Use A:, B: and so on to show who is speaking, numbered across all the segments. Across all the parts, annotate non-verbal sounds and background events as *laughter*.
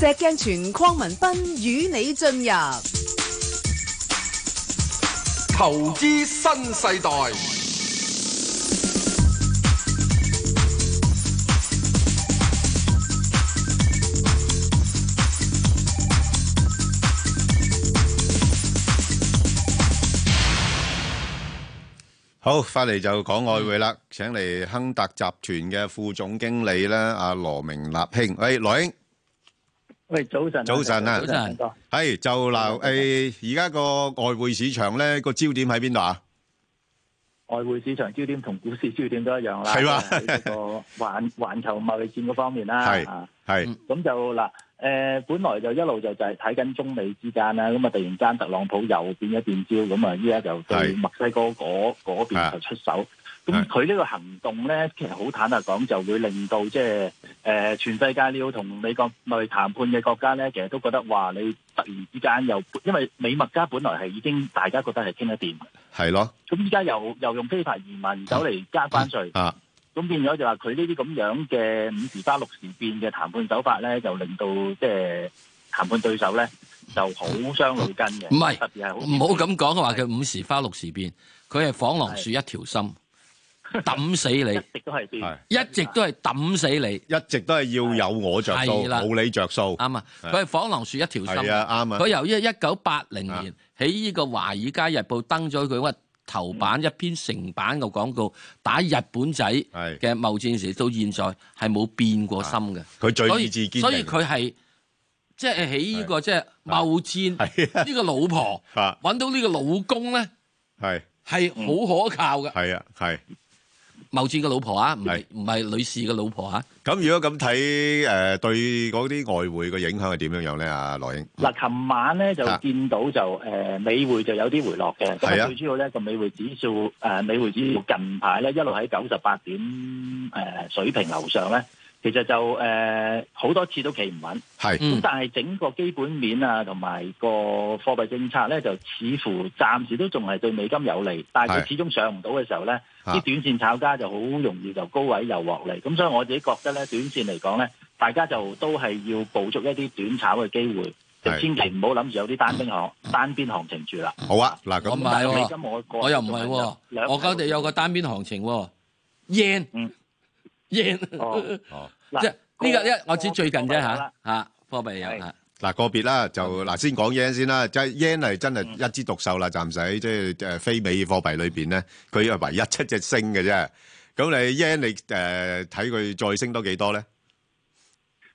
A: 石鏡泉鄺民彬與你進入
B: 投資新世代，
C: 好，翻嚟就講外匯啦，請嚟亨達集團嘅副總經理咧，阿羅明立兄，喂，羅兄，
D: 喂，早晨，
C: 早晨啊
D: 早晨，哥
C: 係就嗱，誒，而家個外匯市場咧個焦點喺邊度啊？
D: 外匯市場焦點同股市焦點都一樣啦，
C: 係嘛
D: 喺呢
C: *laughs*
D: 個環環球貿易戰嗰方面啦，
C: 係
D: 啊
C: 係
D: 咁就嗱，誒、本來就一路就就係睇緊中美之間啦，咁啊突然間特朗普又變一變招，咁啊依家就對
C: 係
D: 墨西哥嗰嗰邊就出手。
C: 係
D: 咁佢呢個行動咧，其實好坦白講，就會令到即係誒全世界你要同美國貿易談判嘅國家咧，其實都覺得哇，你突然之間又因為美墨加本來係已經大家覺得係傾得掂，
C: 係咯，
D: 咁依家又又用非法移民走嚟加關税。
C: 啊
D: 咁變咗就話佢呢啲咁樣嘅五時花六時變嘅談判手法咧，就令到即係談判對手咧就好傷腦筋嘅。
E: 唔係
D: 特別係好
E: 唔好咁講，話佢五時花六時變，佢係房廊樹一條心，抌死
C: *laughs*
E: 你，
D: 一直都係變
C: 係，
E: 一直都係抌死你，
C: 一直都係要有我着數，
E: 係啦
C: 冇你着數，
E: 啱啊！
C: 哦係
E: 佢係房廊樹一條心，
C: 係啊啱啊
E: 佢由一一九八零
C: 啊
E: 年喺呢個《華爾街日報》登咗佢個頭版一篇成版嘅廣告，打日本仔
C: 係
E: 嘅貿戰時到現在係冇變過心嘅。
C: 佢
E: 所
C: 最
E: 以
C: 意志堅
E: 所以
C: 定，
E: 佢係即係喺呢個即係貿
C: 係啊
E: 戰呢個老婆
C: 啊
E: 揾到呢個老公咧，
C: 係
E: 係好可靠嘅。
C: 係啊係。
E: 貿戰嘅老婆啊，唔係
C: 係
E: 唔係女士嘅老婆啊，
C: 咁如果咁睇誒對嗰啲外匯嘅影響係點樣樣咧？阿羅英
D: 嗱，琴晚咧就
C: 啊
D: 見到就誒、呃美匯就有啲回落嘅，咁
C: 係啊
D: 啊最主要咧個美匯指數誒、呃美匯指數近排咧一路喺九十八點誒、呃水平樓上咧，其實就誒好、多次都企唔穩。
C: 係
D: 咁
E: 嗯
D: 但係整個基本面啊，同埋個貨幣政策咧，就似乎暫時都仲係對美金有利，但係
C: 係
D: 佢始終上唔到嘅時候咧，
C: 啊
D: 啲短線炒家就好容易就高位又獲利。咁所以我自己覺得咧，短線嚟講咧，大家就都係要捕捉一啲短炒嘅機會，就
C: 係
D: 千祈唔好諗住有啲單邊行單邊行情住啦。
C: 好啊！嗱咁
E: 唔
D: 但
E: 係
D: 係
E: 喎
D: 美金我個人
E: 嗯我又唔係
D: 仲有
E: 喎，
D: 兩
E: 我嗰地有個單邊行情喎，yen
D: 嗯
E: yen， *laughs*
D: 哦
C: 哦
D: 嗱
E: 即係呢個
D: 個
E: 一我只最近啫
D: 個
E: 嚇嚇貨幣有
D: 係
E: 嚇，
C: 嗱個別啦，就嗱先講 yen 先啦，即係 yen 係真係一枝獨秀啦，暫時即係誒非美貨幣裏邊咧，佢係唯一七隻升嘅啫。咁你 yen 你誒睇佢再升多幾多咧？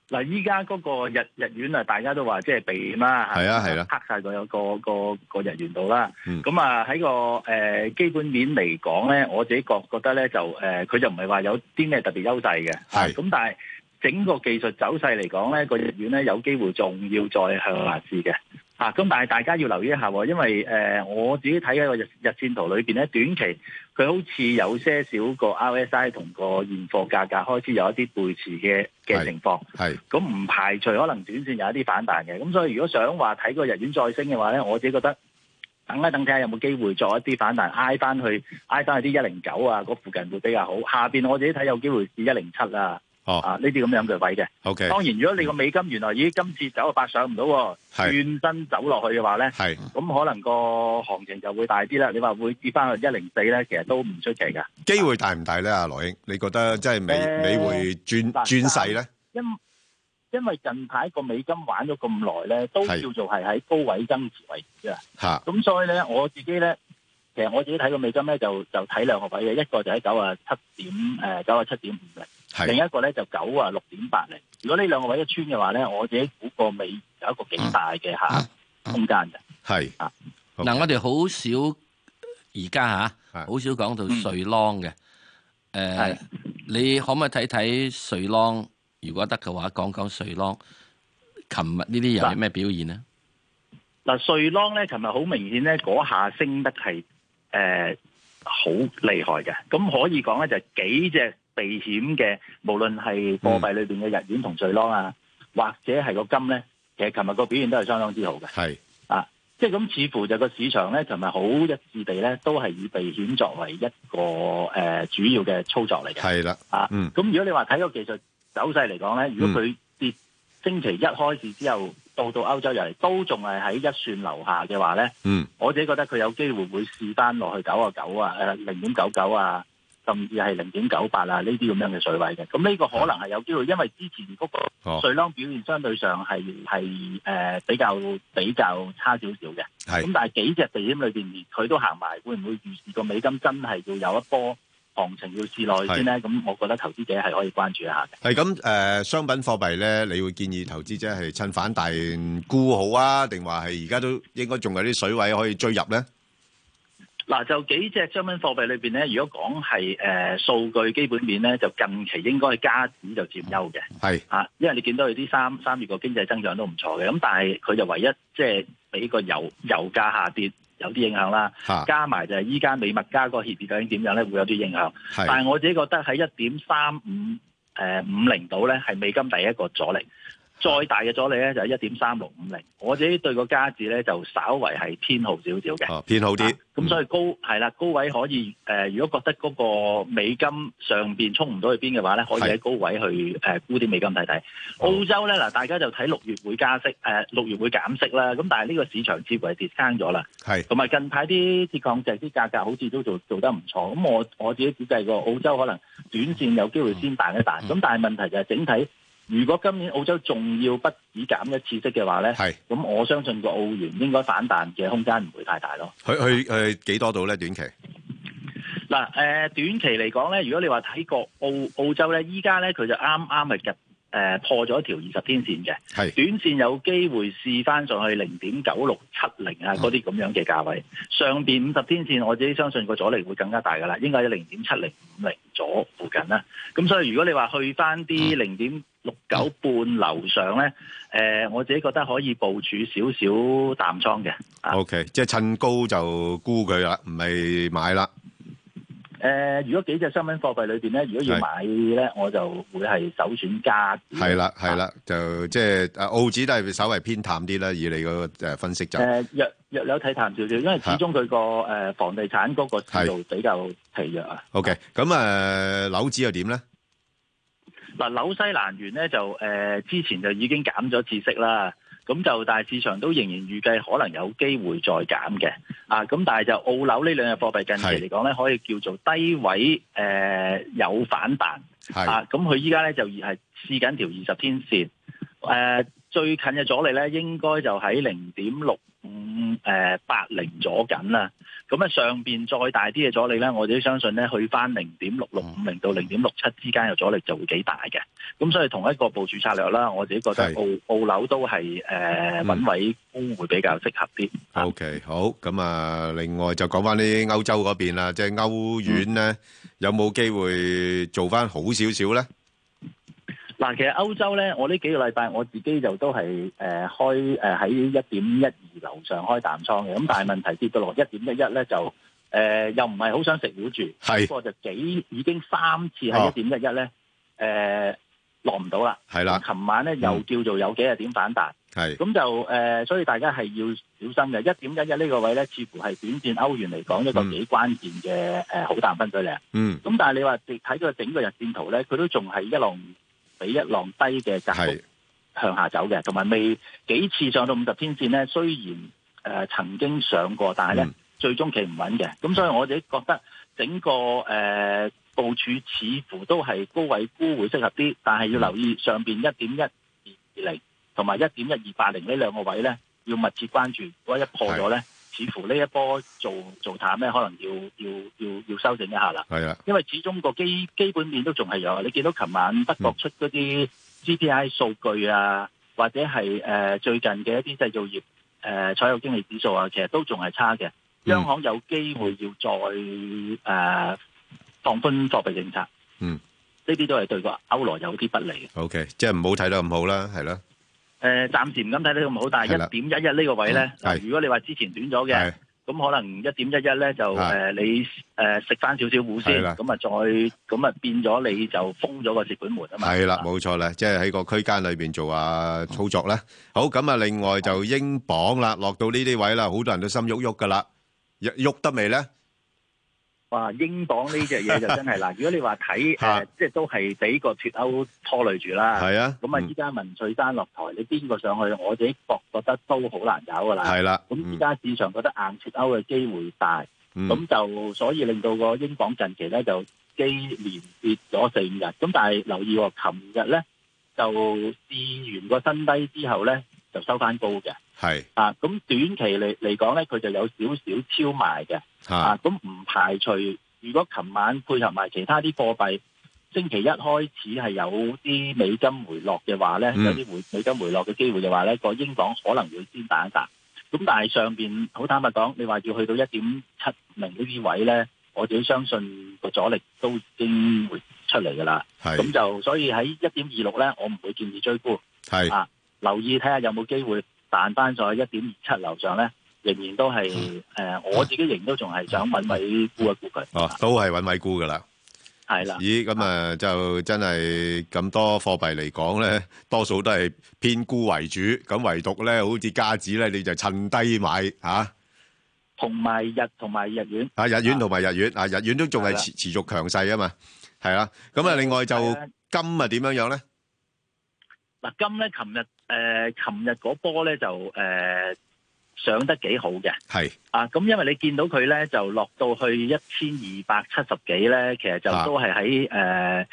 D: 嗱，依家嗰個日日元啊，大家都話即係避險啦，
C: 係啊係啊
D: 黑晒個個個個日元度啦。
C: 嗯
D: 咁啊喺個誒、呃基本面嚟講咧，我自己覺覺得咧就誒，佢、就唔係話有啲咩特別優勢嘅。
C: 係
D: 咁，但係整個技術走勢嚟講咧，個日元咧有機會仲要再向下試嘅。啊，咁但係大家要留意一下喎，因為誒、呃我自己睇喺個日日線圖裏邊咧，短期佢好似有些少個 RSI 同個現貨價格開始有一啲背馳嘅嘅
C: 係
D: 情況。
C: 係
D: 咁唔排除可能短線有一啲反彈嘅。咁所以如果想話睇個日元再升嘅話咧，我自己覺得等一等睇下有冇機會作一啲反彈，挨翻去挨翻去啲一零九啊嗰附近會比較好。下邊我自己睇有機會至一零七啊，
C: 哦
D: 啊呢啲咁樣嘅位嘅。
C: ，OK
D: 當然，如果你個美金原來咦今次走個八上唔到喎，
C: 係
D: 轉身走落去嘅話咧，
C: 係
D: 咁可能個行情就會大啲啦。你話會跌翻去一零四咧，其實都唔出奇嘅。
C: 機會大唔大咧？阿羅英，你覺得即係美
D: 誒
C: 美匯轉
D: 嗱
C: 轉勢咧？
D: 因因為近排個美金玩咗咁耐咧，都
C: 係
D: 叫做係喺高位增持為主啊。
C: 嚇
D: 咁所以咧，我自己咧，其實我自己睇個美金咧，就就睇兩個位嘅，一個就喺九啊七點誒九啊七點五零，
C: 係
D: 另一個咧就九啊六點八零。如果呢兩個位一穿嘅話咧，我自己估個美有一個幾大嘅下空間嘅。
C: 係好
E: 嗱我哋好少而家
C: 係
E: 嚇，好少講到瑞郎嘅，誒
D: 嗯係
E: 你可唔可以睇睇瑞郎？如果得嘅話，講講瑞郎，琴日呢啲又係咩表現呢？
D: 嗱，瑞郎咧，琴日好明顯咧，嗰下升得係誒好厲害嘅。咁可以講咧，就係幾隻避險嘅，無論係貨幣裏邊嘅日元同瑞郎啊，或者係個金咧，其實琴日個表現都係相當之好嘅。
C: 係
D: 即係咁，似乎就個市場咧，琴日好一致地咧，都係以避險作為一個誒、呃主要嘅操作嚟嘅。
C: 係啦，
D: 啊，
C: 嗯
D: 咁如果你話睇個技術走勢嚟講咧，如果佢跌星期一開始之後到到歐洲入嚟都仲係喺一算樓下嘅話咧，
C: 嗯，
D: 我自己覺得佢有機會會試翻落去九啊九啊，誒零點九九啊，甚至係零點九八啊呢啲咁樣嘅水位嘅。咁呢個可能係有機會，因為之前嗰個
C: 哦，
D: 水浪表現相對上係係誒比較比較差少少嘅。
C: 係
D: 咁但係幾隻地點裏邊，佢都行埋，會唔會預示個美金真係要有一波行情要試落去先咧？咁我覺得投資者係可以關注一下嘅。
C: 係咁誒，商品貨幣咧，你會建議投資者係趁反彈沽好啊，定話係而家都應該仲有啲水位可以追入咧？
D: 嗱，就幾隻商品貨幣裏邊咧，如果講係誒數據基本面咧，就近期應該係加指就佔優嘅
C: 係
D: 啊，因為你見到佢啲三三月個經濟增長都唔錯嘅，咁但係佢就唯一即係俾個油油價下跌有啲影響啦，
C: 嚇，
D: 加埋就係依家美墨加個協議究竟點樣咧，會有啲影響。但
C: 係
D: 係我自己覺得喺一點三五誒五零度咧，係美金第一個阻力。再大嘅阻力咧就係一點三六五零。我自己對個加字咧就稍為係偏好少少嘅。
C: *laughs* 哦，偏好啲
D: 啊。咁所以高係啦，高位可以誒、呃如果覺得嗰個美金上邊衝唔到去邊嘅話咧，可以喺高位去誒、呃沽啲美金睇睇。
C: 哦
D: 澳洲咧嗱，大家就睇六月會加息，誒、六月會減息啦。咁但係呢個市場似乎係跌生咗啦。
C: 係
D: 同埋近排啲鐵礦石啲價格好似都做做得唔錯，咁我我自己估計過澳洲可能短線有機會先彈一彈，
C: 嗯
D: 咁、但係問題就係整體，如果今年澳洲仲要不止減一次息嘅話咧，
C: 係，
D: 咁我相信個澳元應該反彈嘅空間唔會太大咯。
C: 去去去幾多度咧？短期
D: 嗱，誒、短期嚟講咧，如果你話睇個澳澳洲咧，依家咧佢就啱啱係入誒破咗一條二十天線嘅，
C: 係
D: 短線有機會試翻上去零點九六七零啊嗰啲咁樣嘅價位，上邊五十天線我自己相信個阻力會更加大噶啦，應該喺零點七零五零左附近啦。咁所以如果你話去翻啲零點六九半樓上咧，誒、我自己覺得可以部署少少淡倉嘅。啊
C: OK，即係趁高就沽佢啦，唔係買啦。
D: 誒、呃如果幾隻商品貨幣裏邊咧，如果要買咧，我就會係首選加。
C: 係啦，係啦，就即係誒澳紙都係稍微偏淡啲啦，以你嗰個誒分析就
D: 誒、若若呃有睇淡少少，因為始終佢個誒房地產嗰個市道比較疲弱啊。
C: OK。咁誒樓指又點咧？
D: 嗱，紐西蘭元咧就誒、呃之前就已經減咗次息啦，咁就但係市場都仍然預計可能有機會再減嘅。啊，咁但係就澳紐呢兩隻貨幣近期嚟講咧，可以叫做低位誒、呃有反彈。
C: 係
D: 啊，咁佢依家咧就係試緊條二十天線，誒、最近嘅阻力咧應該就喺零點六五誒八零左緊啦。咁啊上邊再大啲嘅阻力咧，我自己相信咧去翻零點六六五零到零點六七之間嘅阻力就會幾大嘅。咁所以同一個部署策略啦，我自己覺得澳澳樓都係誒揾位沽會比較適合啲。啊
C: OK 好。咁啊，另外就講翻啲歐洲嗰邊啦，即係歐元咧有冇機會做翻好少少咧？
D: 嗱，其實歐洲咧，我呢幾個禮拜我自己就都係誒、呃、開誒喺一點一二樓上開淡倉嘅，咁但係問題跌到落一點一一咧就誒、呃又唔係好想食糊住，不
C: 係
D: 過就幾已經三次
C: 哦
D: 喺一點一一咧誒落唔到啦。
C: 係啦，嗯
D: 咁琴晚咧又叫做有幾日點反彈，
C: 係
D: 咁就誒、呃所以大家係要小心嘅。一點一一呢個位咧，似乎係短線歐元嚟講一個
C: 嗯
D: 幾關鍵嘅呃誒好淡分水嶺。
C: 嗯
D: 咁但係你話直睇佢整個日線圖咧，佢都仲係一浪比一浪低嘅格
C: 係
D: 局向下走嘅，同埋未幾次上到五十天線咧，雖然誒、呃曾經上過，但係咧、
C: 嗯
D: 最終期唔穩嘅。咁所以我哋覺得整個誒、呃、部署似乎都係高位沽會適合啲，但係要留
C: 嗯
D: 意上邊一點一二二零同埋一點一二八零呢兩個位咧，要密切關注。如果一破咗咧，似乎呢一波做做淡咧，可能要要要要修正一下啦。
C: 係啦，
D: 因為始終個基基本面都仲係有，你見到琴晚德
C: 嗯
D: 國出嗰啲 GDI 數據啊，或者係誒、呃最近嘅一啲製造業誒、呃、採購經理指數啊，其實都仲係差
C: 嗯
D: 嘅。央行有機會要再誒、呃放寬貨幣政策，
C: 嗯，
D: 呢啲都係對個歐羅有啲不利嘅。誒、呃
C: OK，即係唔好睇得咁好啦，係啦，
D: 暫時唔敢睇得咁好，但
C: 係啦
D: 係一點一一呢個位咧，
C: 嗯係
D: 嗱如果你話之前短咗嘅。
C: 係
D: 咁可能一點一一咧就誒、
C: 啊
D: 呃你誒食翻少少糊
C: 係
D: 先，
C: 啦
D: 咁啊再咁啊變咗你就封咗個蝕本門啊嘛。
C: 係啦，
D: 啊
C: 冇錯啦，即係喺個區間裏邊做下操作啦。好，咁啊，另外就英鎊啦，落到呢啲位啦，好多人都心喐喐噶啦，喐喐得未咧？
D: 哇！英鎊呢只嘢就
C: *laughs*
D: 真係嗱，如果你話睇
C: 嚇
D: 誒，即係都係俾個脱歐拖累住啦。
C: 係啊，
D: 咁啊，依家文翠珊落台，你邊個上去？我自己覺覺得都好難搞噶啦。
C: 系啦，
D: 咁依
C: 嗯
D: 家市場覺得硬脱歐嘅機會大，
C: 嗯
D: 咁就所以令到個英鎊近期咧就基連跌咗四五日。咁但係留意喎，琴日咧就試完個新低之後咧就收翻高嘅。
C: 係
D: 啊，咁短期嚟嚟講咧，佢就有少少超賣嘅。
C: 吓
D: 啊，咁唔排除如果琴晚配合埋其他啲貨幣，星期一開始係有啲美金回落嘅話咧，
C: 嗯
D: 有啲回美金回落嘅機會嘅話咧，個英鎊可能會先彈一彈。咁但係上邊好坦白講，你話要去到一點七零呢啲位咧，我自己相信個阻力都已經會出嚟㗎啦。咁
C: 係
D: 就所以喺一點二六咧，我唔會建議追沽，
C: 係
D: 啊留意睇下有冇機會彈翻上去一點二七樓上咧。仍然都係誒、呃我自己仍然都仲係想揾位估一估佢。
C: 嗯哦，都係揾位估噶啦。
D: 係啦，
C: 咦，咁啊就真係咁多貨幣嚟講咧，多數都係偏沽為主，咁唯獨咧好似加指咧，你就趁低買嚇。啊
D: 同埋日同埋日元。
C: 啊，日元同埋日元啊，日元都仲係
D: 係啦
C: 持持續強勢啊嘛，係啦。咁啊，另外就
D: 係啊
C: 金啊點樣樣咧？
D: 嗱金咧，琴日誒琴日嗰波咧就誒、呃上得幾好嘅
C: 係
D: 啊！咁因為你見到佢咧就落到去一千二百七十幾咧，其實就
C: 啊
D: 都係喺誒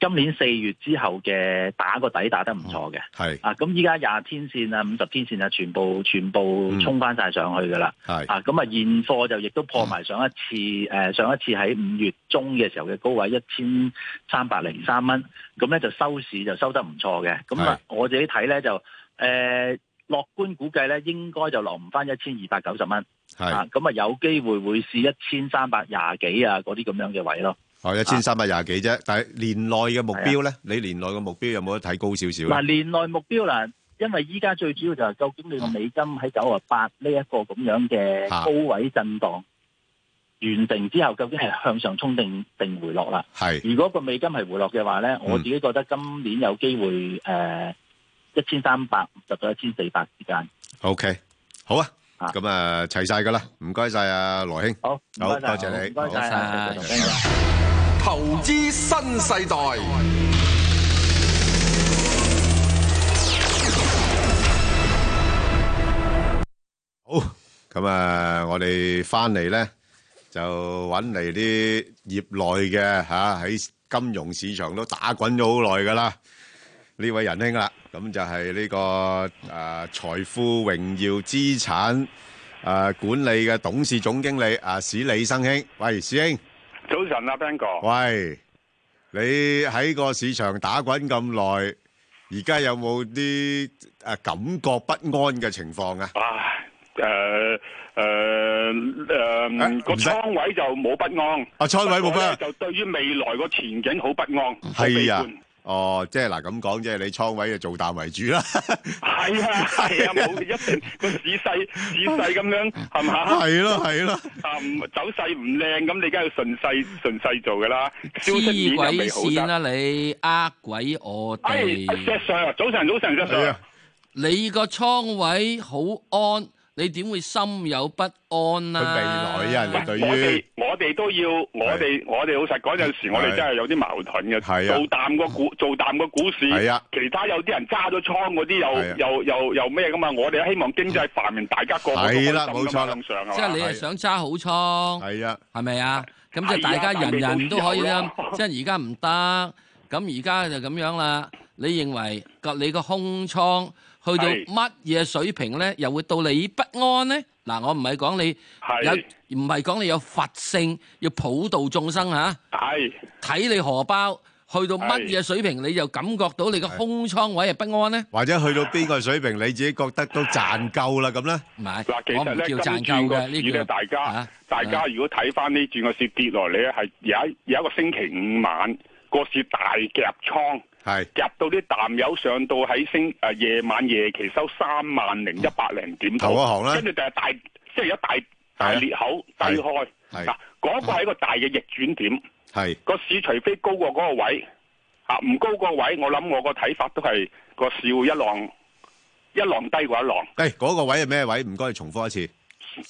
D: 今年四月之後嘅打個底打得唔錯嘅。
C: 係
D: 啊，咁依家廿天線啊、五十天線啊，全部全部
C: 嗯
D: 衝翻晒上去㗎啦。
C: 係嗯
D: 啊，咁啊現貨就亦都破埋上一次誒、呃上一次喺五月中嘅時候嘅高位一千三百零三蚊，咁咧就收市就收得唔錯嘅。咁啊，我自己睇咧就誒、呃、樂觀估計咧應該就落唔翻一千二百九十蚊
C: 係
D: 啊，咁啊有機會會試一千三百廿幾啊嗰啲咁樣嘅位咯。
C: 哦，一千三百廿幾啫。但係年內嘅目標咧，你年內嘅目標有冇得睇高少少
D: 嗱、
C: 咧？
D: 年內目標啦。因為依家最主要就係究竟你個美金喺九啊八呢一個咁樣嘅
C: 啊
D: 高位震盪完成之後，究竟係向上衝定定回落啦？
C: 係
D: 如果個美金係回落嘅話咧，我自己覺得今年有機會誒一千三百五十到一千四百之間。
C: OK，好啊。
D: 啊
C: 咁啊，齊晒㗎啦，唔該晒啊，羅兄。
D: 好，唔該
C: 好
D: 晒，
C: 多謝你
D: 唔該晒
E: 好
D: 啊，
E: 多謝
D: 石 Sir 同 Ben 哥
B: 投資新世代，
C: 好，咁啊，我哋翻嚟咧就揾嚟啲業內嘅吓喺金融市場都打滾咗好耐噶啦，呢位仁兄啦，咁就係呢、個誒財、富榮耀資產誒、呃管理嘅董事總經理啊史李生兄，喂史兄，
F: 早晨啊，Ben 哥，
C: 喂，你喺個市場打滾咁耐，而家有冇啲誒感覺不安嘅情況啊？
F: 唉，誒誒
C: 啊
F: 誒，個
C: 唔使
F: 倉位就冇不安，
C: 啊，倉位冇
F: 不過
C: 咩
F: 呢？就對於未來個前景好不安，好悲
C: 係啊
F: 觀，
C: 哦，即係嗱咁講，即係你倉位就做淡為主啦，
F: 係啊，係啊，冇一定個
C: *laughs*
F: 市勢市勢咁樣係嘛？
C: 係
F: *laughs*
C: 咯係咯，
F: 啊，唔走勢唔靚，咁你梗係順勢順勢做噶啦，消息
E: 黐
F: 面又
E: 鬼
F: 未好
E: 線
F: 得。
E: 啦你，呃鬼我
F: 哎，阿
E: 哋。
F: 石 Sir，早晨，早晨，石
C: 係
F: Sir，
C: 啊，
E: 你個倉位好安，你點會心有不安
C: 佢
E: 啊？
C: 未來啊人哋對
F: 我哋
C: 於
F: 我哋都要，我哋我哋老實講，有陣時我哋真係有啲矛盾
C: 係
F: 嘅，
C: 啊
F: 做淡個股，做淡個股市。
C: 係啊，
F: 其他有啲人揸咗倉嗰啲
C: 係啊
F: 又又又又咩噶嘛？我哋希望經濟繁榮，大家個個都
C: 係啦
F: 開心
C: 冇錯
F: 咁
C: 啦
F: 向上
E: 即係你
F: 係嘛？
E: 係想揸
F: 哦
E: 好倉，
C: 係啊，
E: 係咪啊？咁就
F: 係啊
E: 大家
F: 但係
E: 人人
F: 未
E: 都
F: 到
E: 可以
F: 時候啊
E: 啦
F: 咯。
E: 即係而家唔得，咁而家就咁樣啦。你認為個你個空倉去到
F: 係
E: 乜嘢水平咧，又會到你不安咧？嗱，我唔係講你
F: 係
E: 有，唔係講你有佛性，要普度眾生啊嚇、
F: 係
E: 睇你荷包去到乜嘢水平，你就感覺到你個空倉位係不安咧？
C: 或者去到邊個水平，你自己覺得都賺夠啦咁咧，
E: 唔係
F: 嗱，其，
E: 我唔
F: 實咧
E: 叫
F: 今
E: 賺
F: 轉
E: 夠
F: 個
E: 嘅，
F: 市
E: 呢叫
F: 咧，大家
E: 啊
F: 大家如果睇翻呢轉個市跌落嚟咧，係有一有一個星期五晚個市大夾倉。
C: 係
F: 夾到啲淡友上到喺星誒、夜晚夜期收三萬零一百零點度
C: 頭嗰行啦
F: 跟住就係大即係一大大
C: 係啊
F: 裂口低開，
C: 係
F: 嗱嗰個係一個大嘅逆轉點，
C: 係
F: 個市除非高過嗰個位，啊唔高個位，我諗我個睇法都係個市會一浪一浪低過一浪，
C: 誒嗰個位係咩位？唔該，重複一次，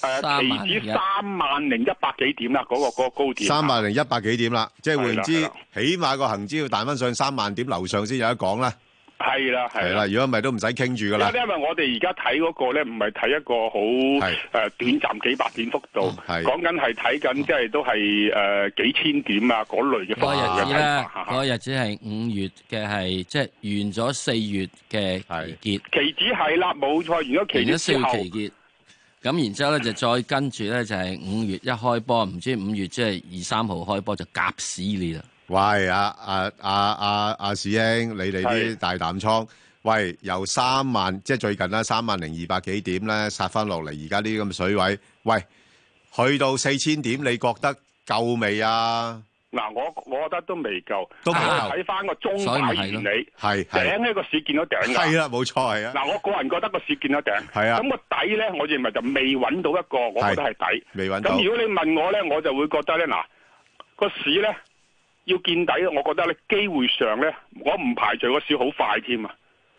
F: 诶
E: 31,000
F: 期指三萬零一百幾點啦，嗰個嗰個高點。啊
C: 三萬零一百幾點啦，即係換言之
F: 係啦，
C: 起碼個恒指要彈翻上三萬點樓上先有得講啦。
F: 係啦係
C: 係
F: 啦
C: 啦，。如果唔係都唔使傾住噶
F: 因為
C: 啦。
F: 因為我哋而家睇嗰個咧，唔係睇一個好
C: 係
F: 誒、呃短暫幾百點幅度，
C: 嗯係
F: 講緊係睇緊即係都係誒、呃、幾千點啊嗰類嘅幅度
E: 嗰
F: 嘅
E: 日子
F: 睇
E: 咧，
F: 法。
E: 嗰日子係五月嘅係即係完咗四月嘅
C: 係
E: 結，
F: 期指係啦，冇錯，完咗
E: 完
F: 期指
E: 咗四
F: 之
E: 月
F: 後，
E: 期結。咁然之後咧，就再跟住咧就係五月一開波，唔知五月即係二三號開波就夾死你啦。
C: 喂，阿阿阿阿阿史兄，你哋啲
F: 係
C: 大淡倉，喂，由三萬即係最近啦，三萬零二百幾點咧，殺翻落嚟，而家呢啲咁嘅水位，喂，去到四千點，你覺得夠未啊？
F: 嗱我我覺得都未夠，
C: 都
E: 未夠
F: 我睇翻個中
E: 所以咪
F: 擺
E: 係
F: 原
E: 咯
F: 理，
C: 係係
F: 頂呢個市見到頂㗎
C: 係啦，冇錯係啊，
F: 嗱，我個人覺得個市見到頂，
C: 係啊
F: 咁個底咧，我認為就未揾到一個，我覺得係底。
C: 未揾到
F: 咁如果你問我咧，我就會覺得咧，嗱個市咧要見底，我覺得咧機會上咧，我唔排除個市好快添啊！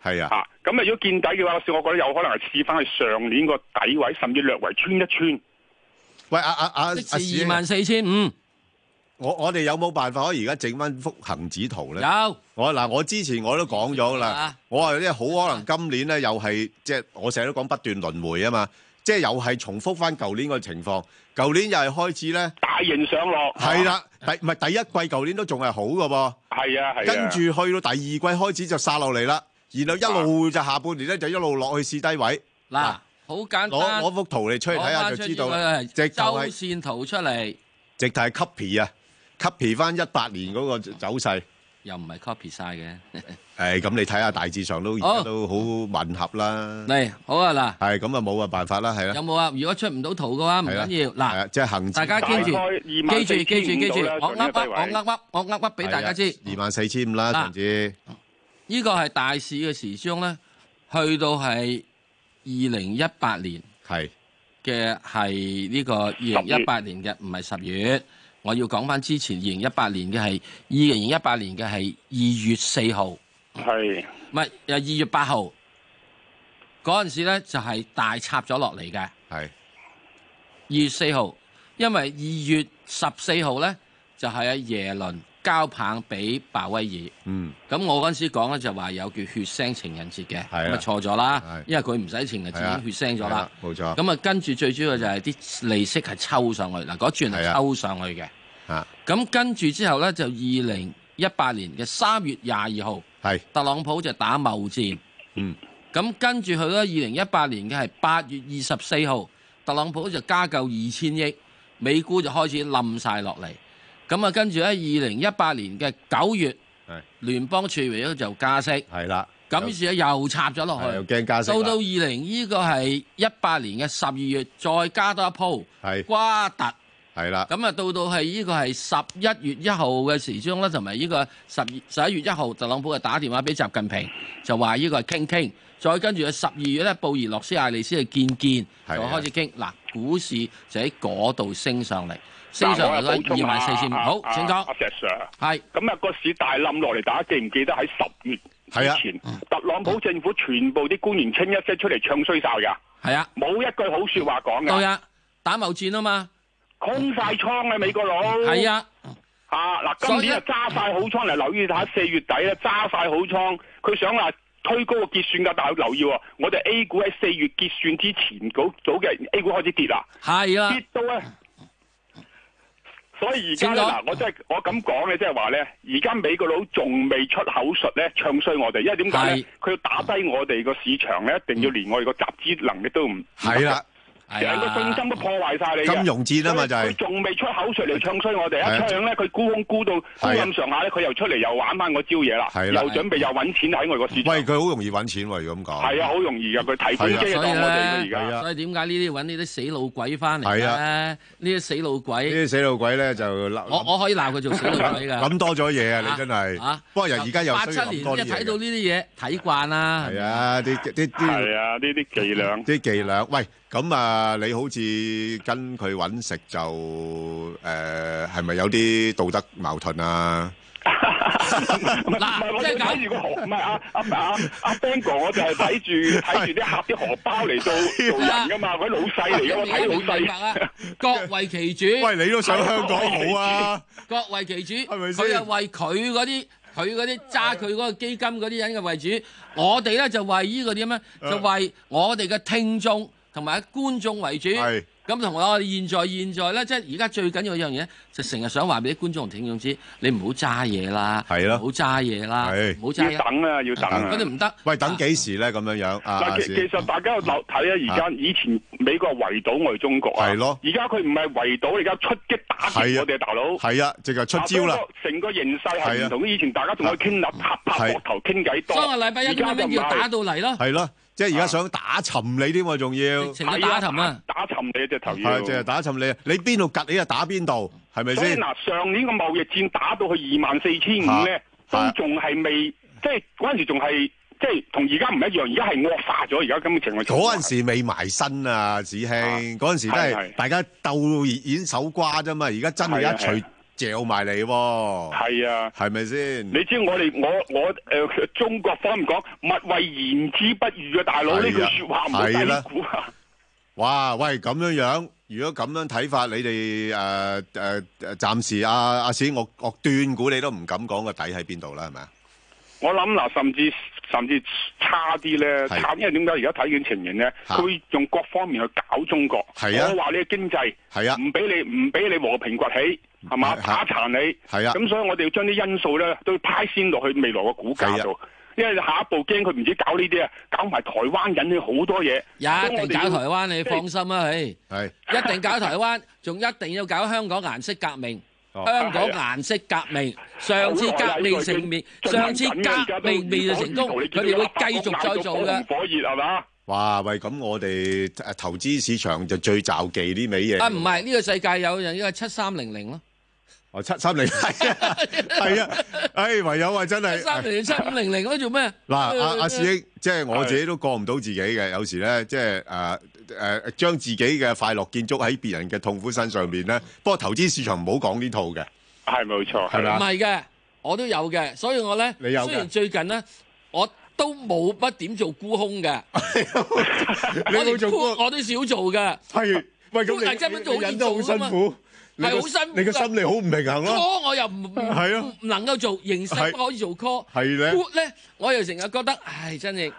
C: 係啊，
F: 嚇，咁啊如果見底嘅話，個市我覺得有可能係試翻去上年個底位，甚至略為穿一穿。
C: 喂，阿阿阿阿史
E: 即
C: 兄
E: 二。萬四千五，
C: 我我哋有冇辦法可以而家整翻幅恒指圖咧？
E: 有
C: 我嗱，我之前我都講咗啦
E: 啊，
C: 我話咧好可能今年咧又係即係我成日都講不斷輪迴啊嘛，即係又係重複翻舊年個情況。舊年又係開始咧，
F: 大型上落
C: 係，啦，第唔係第一季舊年都仲係好嘅噃，
F: 係啊，係啊，
C: 跟住去到第二季開始就殺落嚟啦，然後一路就下半年咧就一路落去試低位。
E: 嗱，好簡單。
C: 攞攞幅圖嚟出嚟睇下就知道啦，
E: 即
C: 直
E: 係周
C: 頭係
E: 線圖出嚟，
C: 直頭係 copy 啊，copy 翻一八年嗰個走勢。
E: 又唔係 copy 晒嘅。
C: 诶，咁你睇下大致上都而
E: 好
C: 家都好吻合啦，
E: 嚟，好啊嗱，
C: 係咁啊冇啊辦法啦，係啦
E: 有，冇啊？如果出唔到圖嘅話，唔
C: 係啦
E: 緊要。嗱
C: 係。啊即係行，
E: 大家
F: 大
E: 記
F: 概
E: 住
F: 二
E: 記
F: 萬
E: 住
F: 四
E: 記住記
F: 千
E: 住
F: 五，到
E: 我噏
F: 啦，上年低
E: 噏我
F: 位
E: 噏噏我噏噏俾大家知，
C: 啊二萬四千五啦，
E: 嗱
C: 甚至
E: 呢個係大市嘅時鐘咧，去到係二零一八年
C: 係
E: 嘅係呢個二零一八年嘅，唔係十月。我要講翻之前二零一八年嘅係二零一八年嘅係二月四號，唔
F: 係
E: 係誒二月八號嗰陣時咧就係大插咗落嚟嘅。
C: 係
E: 二月四號，因為二月十四號呢，就係阿耶倫交棒俾鮑威
C: 嗯
E: 爾。咁我嗰陣時講咧就話有叫血腥情人節嘅，
C: 係啊
E: 咁啊錯咗啦
C: 係，
E: 因為佢唔使情人
C: 係啊
E: 節已經血腥咗
C: 係
E: 啦。
C: 冇錯
E: 咁啊跟住最主要就係啲利息係抽上去，嗱嗰轉
C: 係
E: 係
C: 啊
E: 抽上去嘅。
C: 啊
E: 咁跟住之後呢，就二零一八年嘅三月廿二號，
C: 係
E: 特朗普就打貿戰。
C: 嗯
E: 咁跟住去到二零一八年嘅係八月二十四號，特朗普就加夠二千億，美股就開始冧晒落嚟。咁啊，跟住咧，二零一八年嘅九月
C: 係，
E: 聯邦儲備局就加息，
C: 係啦，
E: 咁於是咧又插咗落
C: 係又
E: 去。
C: 驚加息啦
E: 到到二零呢個係一八年嘅十二月，再加多一鋪
C: 係
E: 瓜突。
C: 係啦，
E: 咁啊，到到係呢個係十一月一號嘅時鐘啦，同埋呢個十十一月一號，特朗普就打電話俾習近平，就話呢個係傾傾。再跟住喺十二月咧，布宜諾斯艾利斯去見見，就
C: 係啊
E: 開始傾。嗱，股市就喺嗰度升上嚟，升
F: 嗱
E: 上嚟
F: 我又補充
E: 嗰二萬四千五。
F: 啊
E: 好
F: 啊，
E: 請
F: 阿
E: 講。
F: 石 Sir。
E: 係
F: 咁啊個市大冧落嚟，大家記唔記得喺十月
C: 係啊
F: 之前，特朗普政府全部啲官員清一色出嚟唱衰哨㗎，
E: 係啊，
F: 冇一句好説話講
E: 到
F: 㗎，
E: 呀，打貿戰啊嘛，
F: 空晒倉啊美國佬。
E: 係啊，
F: 嚇，嗱
E: 所
F: 今
E: 以
F: 年啊揸晒好倉嚟，留意下四月底咧啊揸晒好倉，佢想話推高個結算價，但係留意喎，我哋 A 股喺四月結算之前嗰早嘅 A 股開始跌啦。
E: 係啦
F: 跌，到咧。所以而家
E: 請
F: 咧
E: 講
F: 嗱，我真係我咁講咧，即係話咧，而家美國佬仲未出口術咧，唱衰我哋，因為點解咧
E: 係？
F: 佢要打低我哋個市場咧，一定要連我哋個集資能力都唔
C: 嗯係，啦，
E: 係啊
F: 成個信
E: 啦
F: 心，都破壞晒你嘅
C: 金融戰啊嘛就係
F: 所以佢仲未出口術嚟唱衰我
C: 係
F: 哋，一
C: 啊
F: 唱咧佢沽空沽到沽
C: 係啊
F: 咁上下咧，佢又出嚟又玩翻個招嘢啦，
C: 係啦啊
F: 又準備又揾錢喺我哋個市場
C: 喂，，佢好容易揾錢喎，如果咁講，
F: 係啊，好容易噶，佢提款機
E: 所
F: 啊當
E: 以
F: 我哋佢而
E: 咧
C: 係
F: 家
C: 啊，
E: 所以點解呢啲揾呢啲死老鬼翻嚟
C: 係
E: 咧？
C: 啊
E: 呢啲死老
C: 呢
E: 鬼。
C: 啲死老鬼咧就諗
E: 我我可以鬧佢做死
C: *laughs*
E: 老鬼㗎。 *laughs*
C: 諗多咗嘢啊，你真係
E: 啊，
C: 不過人而家又
E: 八
C: 需
E: 七
C: 要
E: 年
C: 諗
E: 一
C: 多啲
E: 睇到
C: 嘢嘅，
E: 呢啲嘢睇慣啦，
C: 係啊，啲啲啲。
F: 係啊，呢啲伎倆。
C: 啲伎倆，喂，咁啊，你好似跟佢揾食就誒，係、咪有啲道德矛盾啊？
E: 嗱
F: 嗱，
E: 即係咁
F: 睇住個荷，唔係啊啊啊阿 Bang 哥，我就係睇住睇住啲客啲荷包嚟做做人噶嘛，佢老細嚟噶嘛，睇老
E: 明
F: 細。
E: 白啦，各為其主，
C: *laughs* 喂，你都想香港好啊？
E: 各為其主，
C: 係咪先
E: 佢又為佢嗰啲。佢嗰啲揸佢嗰個基金嗰啲人嘅為主，我哋咧就為呢個點咧，
C: 啊
E: 就為我哋嘅聽眾同埋觀眾為主。
C: 係
E: 咁同埋我哋現在現在咧，即係而家最緊要一樣嘢，就成日想話俾啲觀眾同聽眾知，你唔好揸嘢啦，
C: 係咯
E: 唔好揸嘢啦
C: 係，
E: 唔好揸
F: 要
E: 嘢，
F: 等啊，要等啊
E: 嗰！啲唔得。
C: 喂，等幾時咧？咁樣樣啊？
F: 嗱，
C: 阿
F: 其
C: 史
F: 其實大家有留睇啊，而家以前美國圍堵我哋中國啊，
C: 係咯
F: 而家佢唔係圍堵，而家出擊打
C: 係
F: 擊
C: 啊
F: 我哋大佬。
C: 係啊，直頭出招啦
F: 啊！不過成個形勢
C: 係啊
F: 係唔同，以前大家仲可以傾立拍拍膊頭傾偈多，
E: 所以我禮拜一
F: 而家
E: 咁
F: 就
E: 樣
F: 唔
E: 叫打
F: 係
E: 到嚟咯，
C: 係咯，即係而家想打沉你添喎，仲要
E: 直情打沉啊！
F: 打沉你隻頭要
C: 係。就係打沉你，你邊度趌你就打邊度，係咪
F: 所以
C: 先？
F: 嗱，上年個貿易戰打到去二萬四千五咧，
C: 啊
F: 都仲係未，即係嗰陣時仲係，即係同而家唔一樣，而家係惡化咗，而家咁嘅情況。
C: 嗰陣時未埋身啊，子興，
F: 啊
C: 嗰陣時都係
F: 係係
C: 大家鬥演手瓜啫嘛，而家真係
F: 係啊
C: 一錘嚼埋你喎，
F: 係啊。
C: 係咪先？
F: 你知我哋我我誒、呃中國方面講勿謂言之不預啊，大佬呢句
C: 係啊
F: 説話唔好
C: 係啦
F: 低估啊！
C: 哇，喂，咁樣樣，如果咁樣睇法，你哋誒誒誒，暫時阿阿史，我我斷估你都唔敢講個底喺邊度啦，係咪啊？
F: 我諗嗱，甚至甚至差啲咧，
C: 係
F: 差，因為點解而家睇見情形咧，
C: 嚇
F: 佢會用各方面去搞中國。
C: 係啊
F: 我話你經濟
C: 係啊
F: 唔俾你唔俾你和平崛起，係嘛
C: 係
F: 打殘你。
C: 係啊
F: 咁所以我哋要將啲因素咧都要派先落去未來嘅股
C: 啊
F: 價度，因為下一步驚佢唔止搞呢啲啊，搞埋台灣引起好多嘢。
E: 一定搞台灣，你
F: 即係
E: 放心啦，唉。
C: 係
E: 一定搞台灣，仲一定要搞香港顏色革命。
C: 哦
E: 香港顏色革命，上次革命成面，上次革命未就成功，佢哋會繼續再做嘅。
F: 火熱係嘛？
C: 哇，喂，咁我哋誒投資市場就最罩忌呢味嘢。
E: 啊，唔係呢個世界有人呢個七三零零咯，
C: 哦，七三
E: *laughs*
C: 零係啊，係啊，唉，唯有啊，真
E: 七
C: 係。
E: 三零零七五零零咯，做咩？
C: 嗱，阿阿
E: 呃
C: 師兄，即係我自己都過唔到自己嘅，有時咧，即係誒誒，將自己嘅快樂建築喺別人嘅痛苦身上面咧。不過投資市場唔好講呢套嘅，
F: 係冇錯，
C: 係咪啊
E: 唔係嘅，我都有嘅，所以我咧，
C: 你有嘅
E: 雖然最近咧，我都冇乜點做沽空嘅，
C: *laughs* 你
E: 我連
C: 冇做
E: 沽
C: 過
E: 我都少做嘅，
C: 係喂
E: 咁你你忍得好辛苦，你個係好辛苦㗎你個心
C: 理好唔平衡
E: call 我又唔唔
C: 啊係啊
E: 唔能夠做，形式
C: 係
E: 不可以做 call。
C: 係啊咧
E: good 咧，我又成日覺得，唉，真係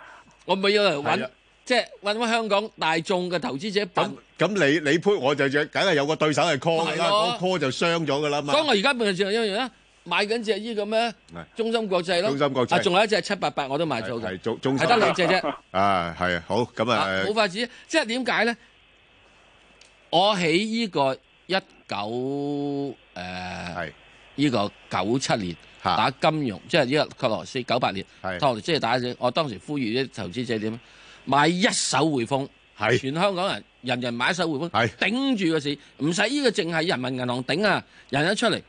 E: 我咪要嚟
C: 係
E: 揾
C: 啊，
E: 即係揾揾香港大眾嘅投資者
C: 咁
E: 笨。
C: 咁你你 put 我就梗係有個對手係 call 㗎啦，
E: 係咯
C: 嗰 call 就傷咗㗎啦嘛
E: 所以。我而家咪就係一樣咧，買緊只依咁咧
C: 係，
E: 中心國際咯，
C: 中心國際
E: 啊仲有一隻七八八我都買咗
C: 係係
E: 嘅，
C: 中中
E: 係得兩隻啫，
C: 啊，係啊好咁
E: 啊
C: 啊
E: 冇，法子。即係點解咧？我喺依個一九誒
C: 係啊
E: 依個九七年
C: 嚇
E: 打金融，即係呢個克羅斯九八年，
C: 係
E: 克羅斯係打只，我當時呼籲啲投資者點買一手匯豐。
C: 係
E: 全香港人人人買一手匯
C: 係
E: 豐，頂住個市，唔使呢個淨係人民銀行頂啊！人一出嚟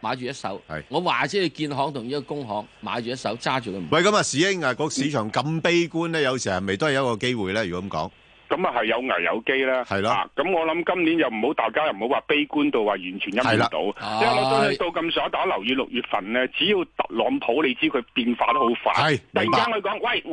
E: 買住一手
C: 係，
E: 我話知你建行同呢個工行買住一手，揸住佢唔。
C: 喂咁啊，史英啊，個市場咁悲觀咧，有時係咪都係一個機會咧？如果咁講。
F: 咁啊係有危有機啦，
C: 係咯
F: 啊咁、我諗今年又唔好，大家又唔好話悲觀到話完全陰
C: 係啦
F: 唔到，
E: 唉
F: 因為我相信到咁上下，大家留意六月份咧，只要特朗普你知佢變化得好快，
C: 係
F: 突然
C: 明白
F: 間佢講喂。